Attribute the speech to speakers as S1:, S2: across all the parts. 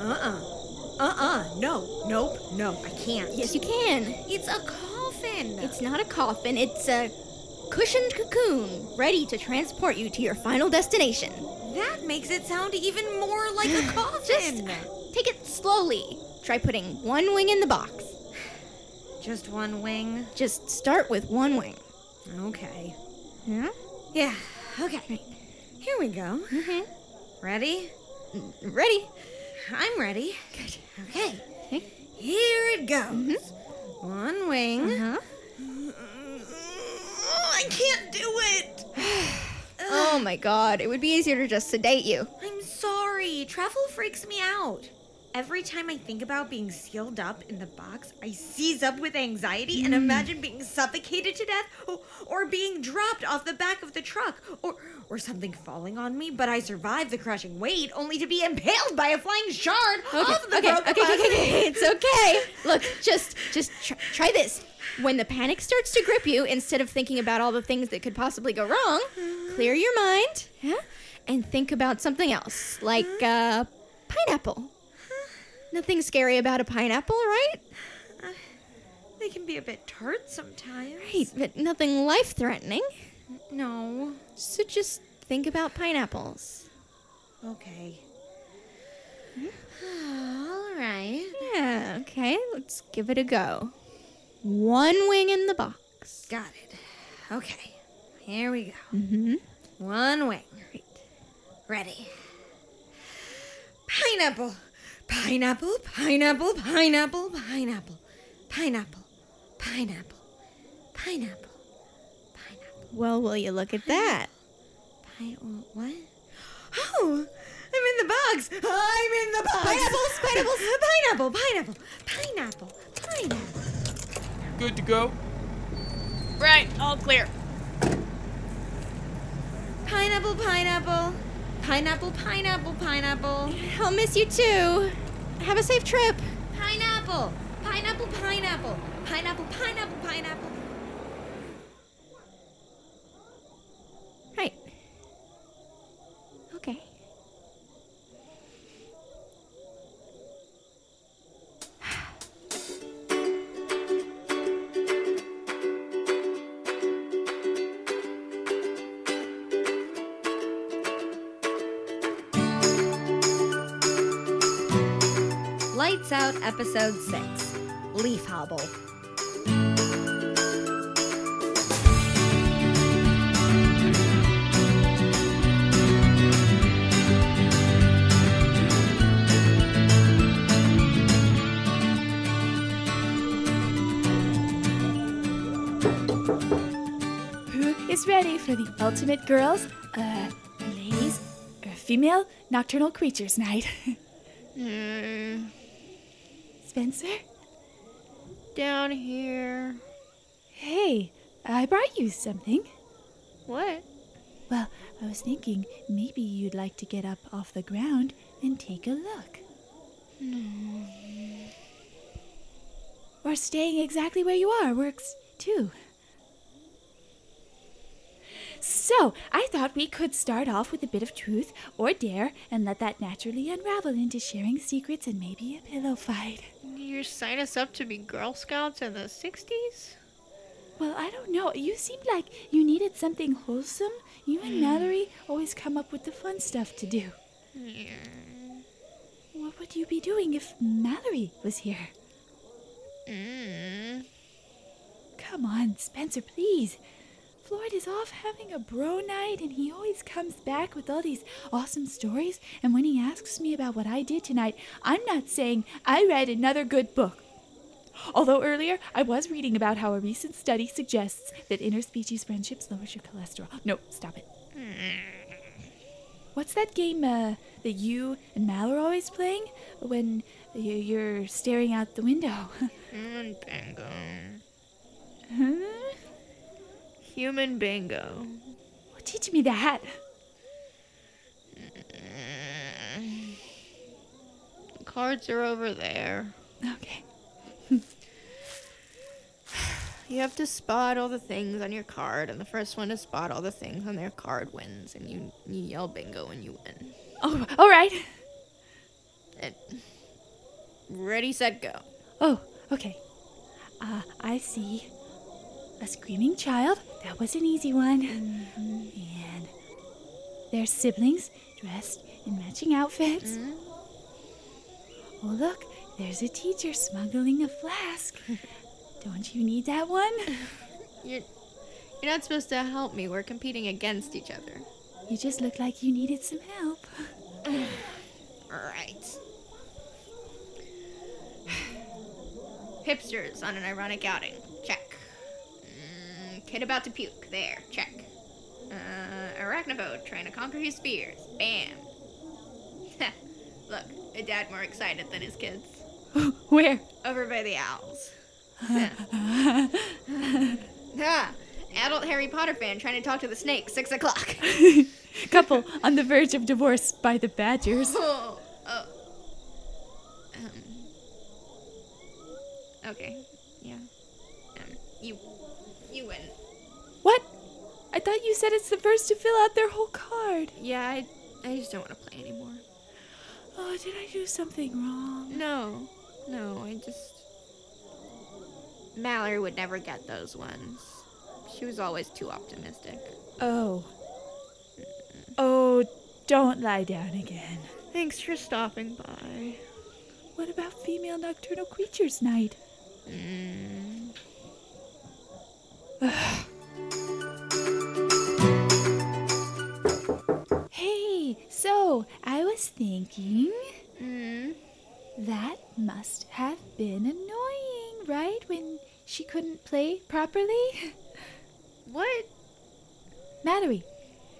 S1: Uh uh. Uh uh. No. Nope. No. I can't.
S2: Yes, you can.
S1: It's a coffin.
S2: It's not a coffin, it's a cushioned cocoon ready to transport you to your final destination.
S1: that makes it sound even more like a
S2: Just
S1: coffin.
S2: take it slowly. Try putting one wing in the box.
S1: Just, one wing.
S2: Just start with one wing.
S1: Okay.
S2: Yeah?
S1: Yeah. Okay. Here we go.
S2: Mhm.
S1: Ready?
S2: Ready?
S1: I'm ready.
S2: Good.
S1: Okay.
S2: Okay. Mm-hmm.
S1: Here it goes. One wing.
S2: Uh-huh.
S1: I can't do it.
S2: Oh my god, it would be easier to just sedate you.
S1: I'm sorry. Travel freaks me out. Every time I think about being sealed up in the box, I seize up with anxiety
S2: Mm.
S1: and imagine being suffocated to death or, or being dropped off the back of the truck or, or something falling on me, but I survive the crushing weight only to be impaled by a flying shard off the
S2: okay,
S1: broken
S2: okay, okay,
S1: bus.
S2: okay, okay, it's okay. Look, just just tr- try this. When the panic starts to grip you, instead of thinking about all the things that could possibly go wrong, clear your mind, yeah, and think about something else, like uh, pineapple. Nothing scary about a pineapple, right?
S1: They can be a bit tart sometimes.
S2: Right, but nothing life-threatening.
S1: No.
S2: So just think about pineapples.
S1: Okay. All right.
S2: Yeah, okay, let's give it a go. One wing in the box.
S1: Got it. Okay. Here we go.
S2: Mm-hmm.
S1: One wing.
S2: Great.
S1: Ready. Pineapple. Pineapple, pineapple, pineapple, pineapple. Pineapple. Pineapple. Pineapple. Pineapple.
S2: Well, will you look at that?
S1: Pine what? Oh, I'm in the box. I'm in the box.
S2: Pineapples, pineapples.
S1: pineapple, pineapple, pineapple, pineapple.
S3: Good to go.
S4: Right, all clear.
S1: Pineapple, pineapple. Pineapple, pineapple, pineapple.
S2: I'll miss you too. Have a safe trip.
S1: Pineapple. Pineapple, pineapple. Pineapple, pineapple, pineapple.
S2: Right. Okay.
S1: Lights Out Episode 6 Leaf Hobble.
S5: Who is ready for the ultimate girls, uh, ladies, uh, female nocturnal creatures night? Hmm. Spencer?
S4: Down here.
S5: Hey, I brought you something.
S4: What?
S5: Well, I was thinking maybe you'd like to get up off the ground and take a look.
S4: Hmm.
S5: Or staying exactly where you are works too. So, I thought we could start off with a bit of truth or dare and let that naturally unravel into sharing secrets and maybe a pillow fight.
S4: You sign us up to be Girl Scouts in the 60s?
S5: Well, I don't know. You seemed like you needed something wholesome. You and Mallory always come up with the fun stuff to do. What would you be doing if Mallory was here?
S4: Mm.
S5: Come on, Spencer, please. Floyd is off having a bro night, and he always comes back with all these awesome stories. And when he asks me about what I did tonight, I'm not saying I read another good book. Although earlier I was reading about how a recent study suggests that interspecies friendships lowers your cholesterol. No, stop it. What's that game uh, that you and Mal are always playing when y- you're staring out the window?
S4: Human bingo.
S5: Huh?
S4: Human bingo.
S5: Well, teach me that.
S4: Cards are over there.
S5: Okay.
S4: You have to spot all the things on your card, and the first one to spot all the things on their card wins, and you, you yell bingo and you win.
S5: Oh, all right.
S4: It,
S2: Uh, Ready, set, go.
S5: Oh, okay. Uh, I see a screaming child. That was an easy one. And their siblings dressed in matching outfits. Oh, look, there's a teacher smuggling a flask. Don't you need that one?
S2: You're, you're not supposed to help me. We're competing against each other.
S5: You just look like you needed some help.
S2: Right. Hipsters on an ironic outing. Check. Mm, kid about to puke. There. Check. Uh, arachnophobe trying to conquer his fears. Bam. Heh. Look, a dad more excited than his kids.
S5: Where?
S2: Over by the owls. ah, adult Harry Potter fan trying to talk to the snake. Six o'clock.
S5: Couple on the verge of divorce by the Badgers.
S2: Oh, oh. Um. Okay. Yeah. Um. You. You win.
S5: What? I thought you said it's the first to fill out their whole card.
S2: Yeah. I. I just don't want to play anymore.
S5: Oh, did I do something wrong?
S2: No. No. I just. Mallory would never get those ones. She was always too optimistic.
S5: Oh. Oh, don't lie down again.
S2: Thanks for stopping by.
S5: What about female nocturnal creatures night? hey, so I was thinking Hmm? that must have been annoying, right? When she couldn't play properly?
S2: What?
S5: Mallory,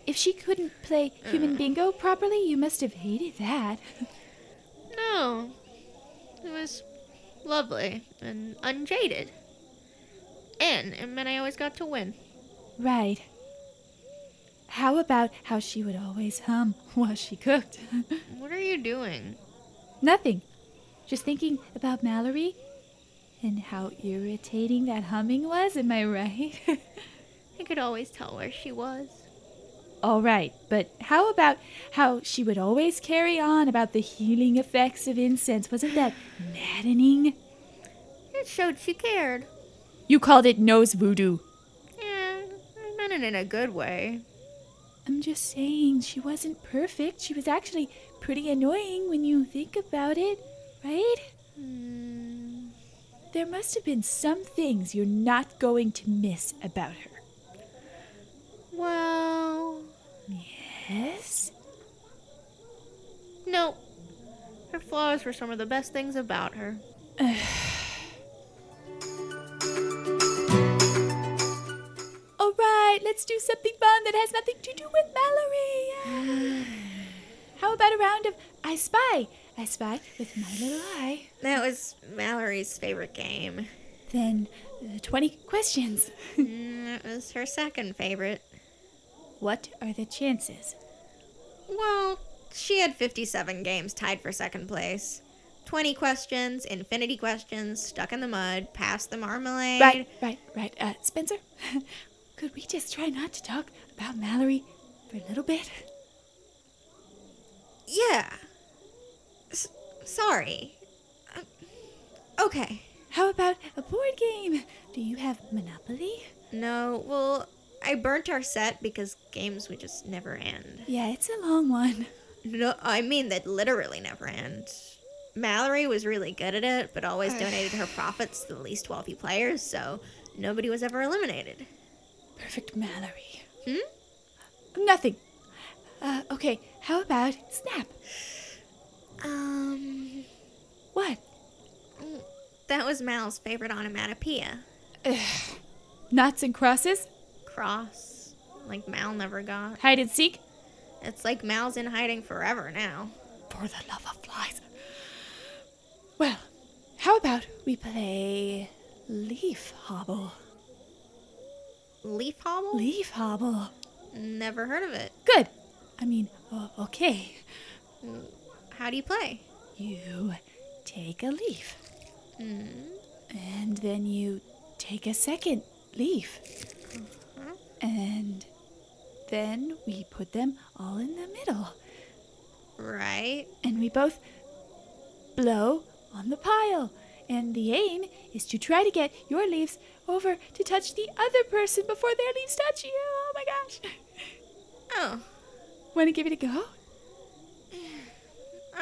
S5: if she couldn't play human bingo properly, you must have hated that.
S2: No. It was lovely and unjaded. And it meant I always got to win.
S5: Right. How about how she would always hum while she cooked?
S2: What are you doing?
S5: Nothing. Just thinking about Mallory and how irritating that humming was, am I right?
S2: I could always tell where she was.
S5: All right, but how about how she would always carry on about the healing effects of incense? Wasn't that maddening?
S2: It showed she cared.
S5: You called it nose voodoo.
S2: Yeah, I meant it in a good way.
S5: I'm just saying, she wasn't perfect. She was actually pretty annoying when you think about it, right? There must have been some things you're not going to miss about her.
S2: Well,
S5: Yes?
S2: no. Her flaws were some of the best things about her.
S5: All right, let's do something fun that has nothing to do with Mallory. How about a round of I Spy? I Spy with my little eye.
S2: That was Mallory's favorite game.
S5: Then uh, 20 questions.
S2: That was her second favorite.
S5: What are the chances?
S2: Well, she had 57 games tied for second place. 20 questions, infinity questions, stuck in the mud, past the marmalade.
S5: Right, right, right. Uh, Spencer, could we just try not to talk about Mallory for a little bit?
S2: Yeah. S- sorry. Um, okay.
S5: How about a board game? Do you have Monopoly?
S2: No, well, I burnt our set because games would just never end.
S5: Yeah, it's a long one.
S2: No, I mean, they literally never end. Mallory was really good at it, but always donated her profits to the least wealthy players, so nobody was ever eliminated.
S5: Perfect Mallory. Hmm? Nothing. Uh, okay, how about Snap?
S2: Um,
S5: What?
S2: that was Mal's favorite onomatopoeia.
S5: Knots and crosses?
S2: cross like Mal never got.
S5: Hide and seek?
S2: It's like Mal's in hiding forever now.
S5: For the love of flies. Well, how about we play Leaf Hobble?
S2: Leaf hobble?
S5: Leaf Hobble.
S2: Never heard of it.
S5: Good. I mean, o- okay.
S2: How do you play?
S5: You take a leaf.
S6: Hmm.
S5: And then you take a second leaf.
S6: Mm-hmm.
S5: And then we put them all in the middle.
S2: Right?
S5: And we both blow on the pile. And the aim is to try to get your leaves over to touch the other person before their leaves touch you. Oh my gosh.
S2: Oh,
S5: Want to give it a go?
S2: all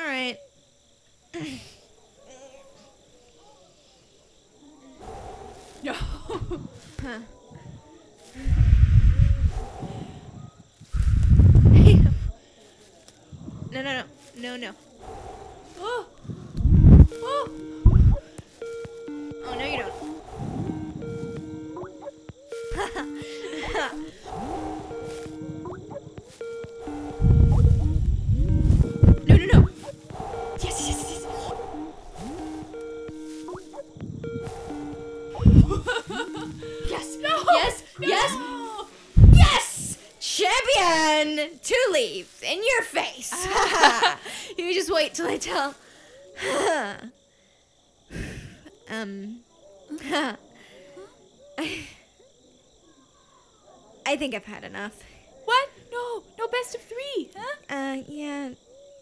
S2: right.
S5: No.
S2: No, no, no, no, no.
S5: Oh. Oh.
S2: Oh no, you don't. no, no, no. Yes, yes, yes.
S6: Yes. Yes. Yes. Yes. Champion. Two leaves in your face. you just wait till I tell.
S2: Um. I, I think I've had enough.
S5: What? No. No best of three, huh?
S2: Uh, yeah.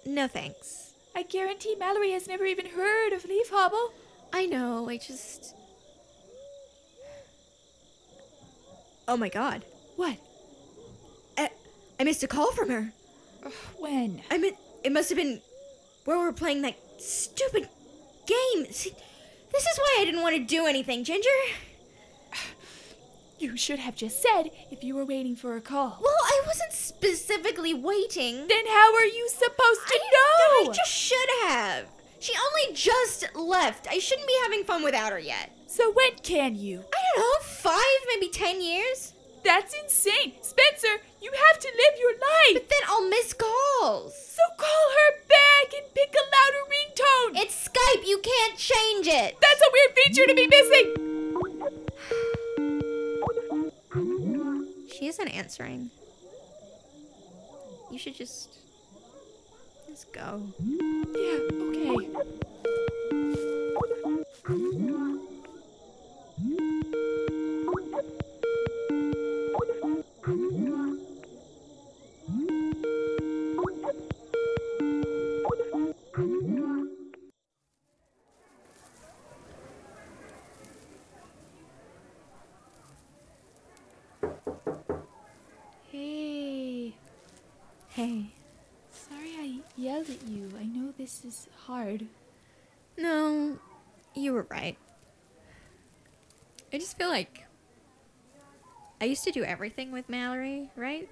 S2: No thanks.
S5: I guarantee Mallory has never even heard of leaf hobble.
S2: I know. I just. Oh my god.
S5: What?
S2: I, I missed a call from her.
S5: When?
S2: I mean, it must have been where we were playing that stupid game. See, this is why I didn't want to do anything, Ginger.
S5: You should have just said if you were waiting for a call.
S2: Well, I wasn't specifically waiting.
S5: Then how are you supposed to
S2: I
S5: know?
S2: just should have. She only just left. I shouldn't be having fun without her yet.
S5: So when can you?
S2: I don't know, five, maybe ten years?
S5: That's insane. Spencer, you have to live your life.
S2: But then I'll miss calls.
S5: So call her back and pick a louder ringtone.
S2: It's Skype, you can't change it.
S5: That's a weird feature to be missing.
S2: She isn't answering. You should just. Let's go.
S5: Yeah, okay. Hey.
S6: Hey.
S5: Sorry I yelled at you. I know this is hard.
S2: No, you were right. I just feel like. I used to do everything with Mallory, right?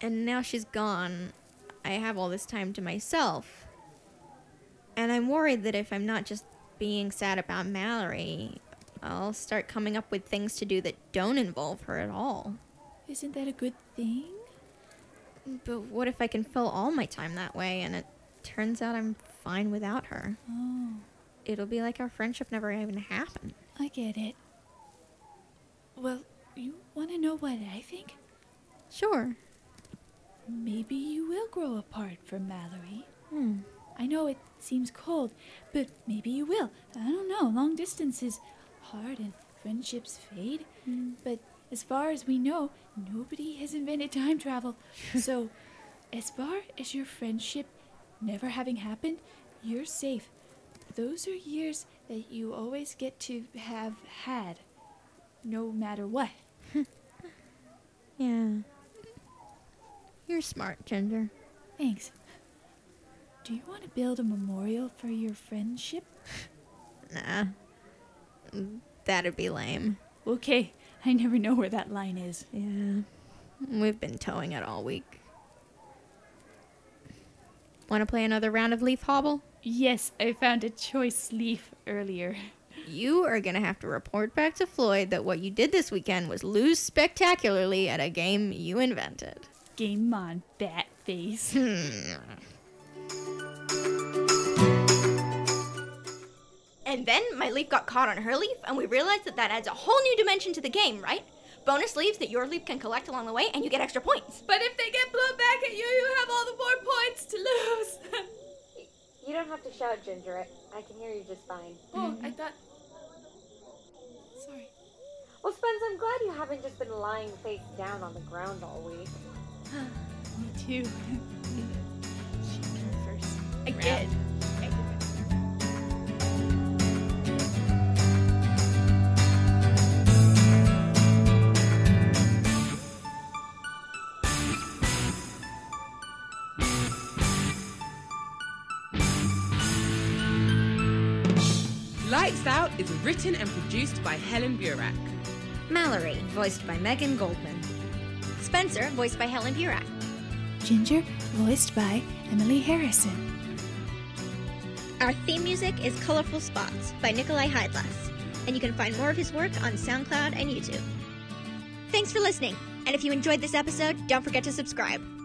S2: And now she's gone. I have all this time to myself. And I'm worried that if I'm not just being sad about Mallory, I'll start coming up with things to do that don't involve her at all.
S5: Isn't that a good thing?
S2: But what if I can fill all my time that way and it turns out I'm fine without her?
S5: Oh,
S2: It'll be like our friendship never even happened.
S5: I get it. Well, you want to know what I think?
S2: Sure.
S5: Maybe you will grow apart from Mallory.
S2: Hmm.
S5: I know it seems cold, but maybe you will. I don't know. Long distance is hard and friendships fade. But as far as we know, nobody has invented time travel. so, as far as your friendship never having happened, you're safe. Those are years that you always get to have had, no matter what.
S2: Yeah. You're smart, Ginger.
S5: Thanks. Do you want to build a memorial for your friendship?
S2: Nah. That'd be lame.
S5: Okay, I never know where that line is.
S2: Yeah. We've been towing it all week. Want to play another round of Leaf Hobble?
S5: Yes, I found a choice leaf earlier.
S2: You are going to have to report back to Floyd that what you did this weekend was lose spectacularly at a game you invented.
S5: Game on, bat face.
S7: And then my leaf got caught on her leaf, and we realized that that adds a whole new dimension to the game, right? Bonus leaves that your leaf can collect along the way, and you get extra points.
S5: but if they get blown back at you, you have all the more points to lose.
S8: You don't have to shout, Ginger. I, I can hear you just fine.
S5: oh, I thought. Sorry.
S8: Well, Spence, I'm glad you haven't just been lying face down on the ground all week.
S5: Me too. she went first.
S7: I did.
S9: Lights Out is written and produced by Helen Burak.
S1: Mallory, voiced by Megan Goldman.
S10: Spencer, voiced by Helen Burak.
S5: Ginger, voiced by Emily Harrison.
S2: Our theme music is Colorful Spots by Nikolai Heidlas, and you can find more of his work on SoundCloud and YouTube. Thanks for listening, and if you enjoyed this episode, don't forget to subscribe.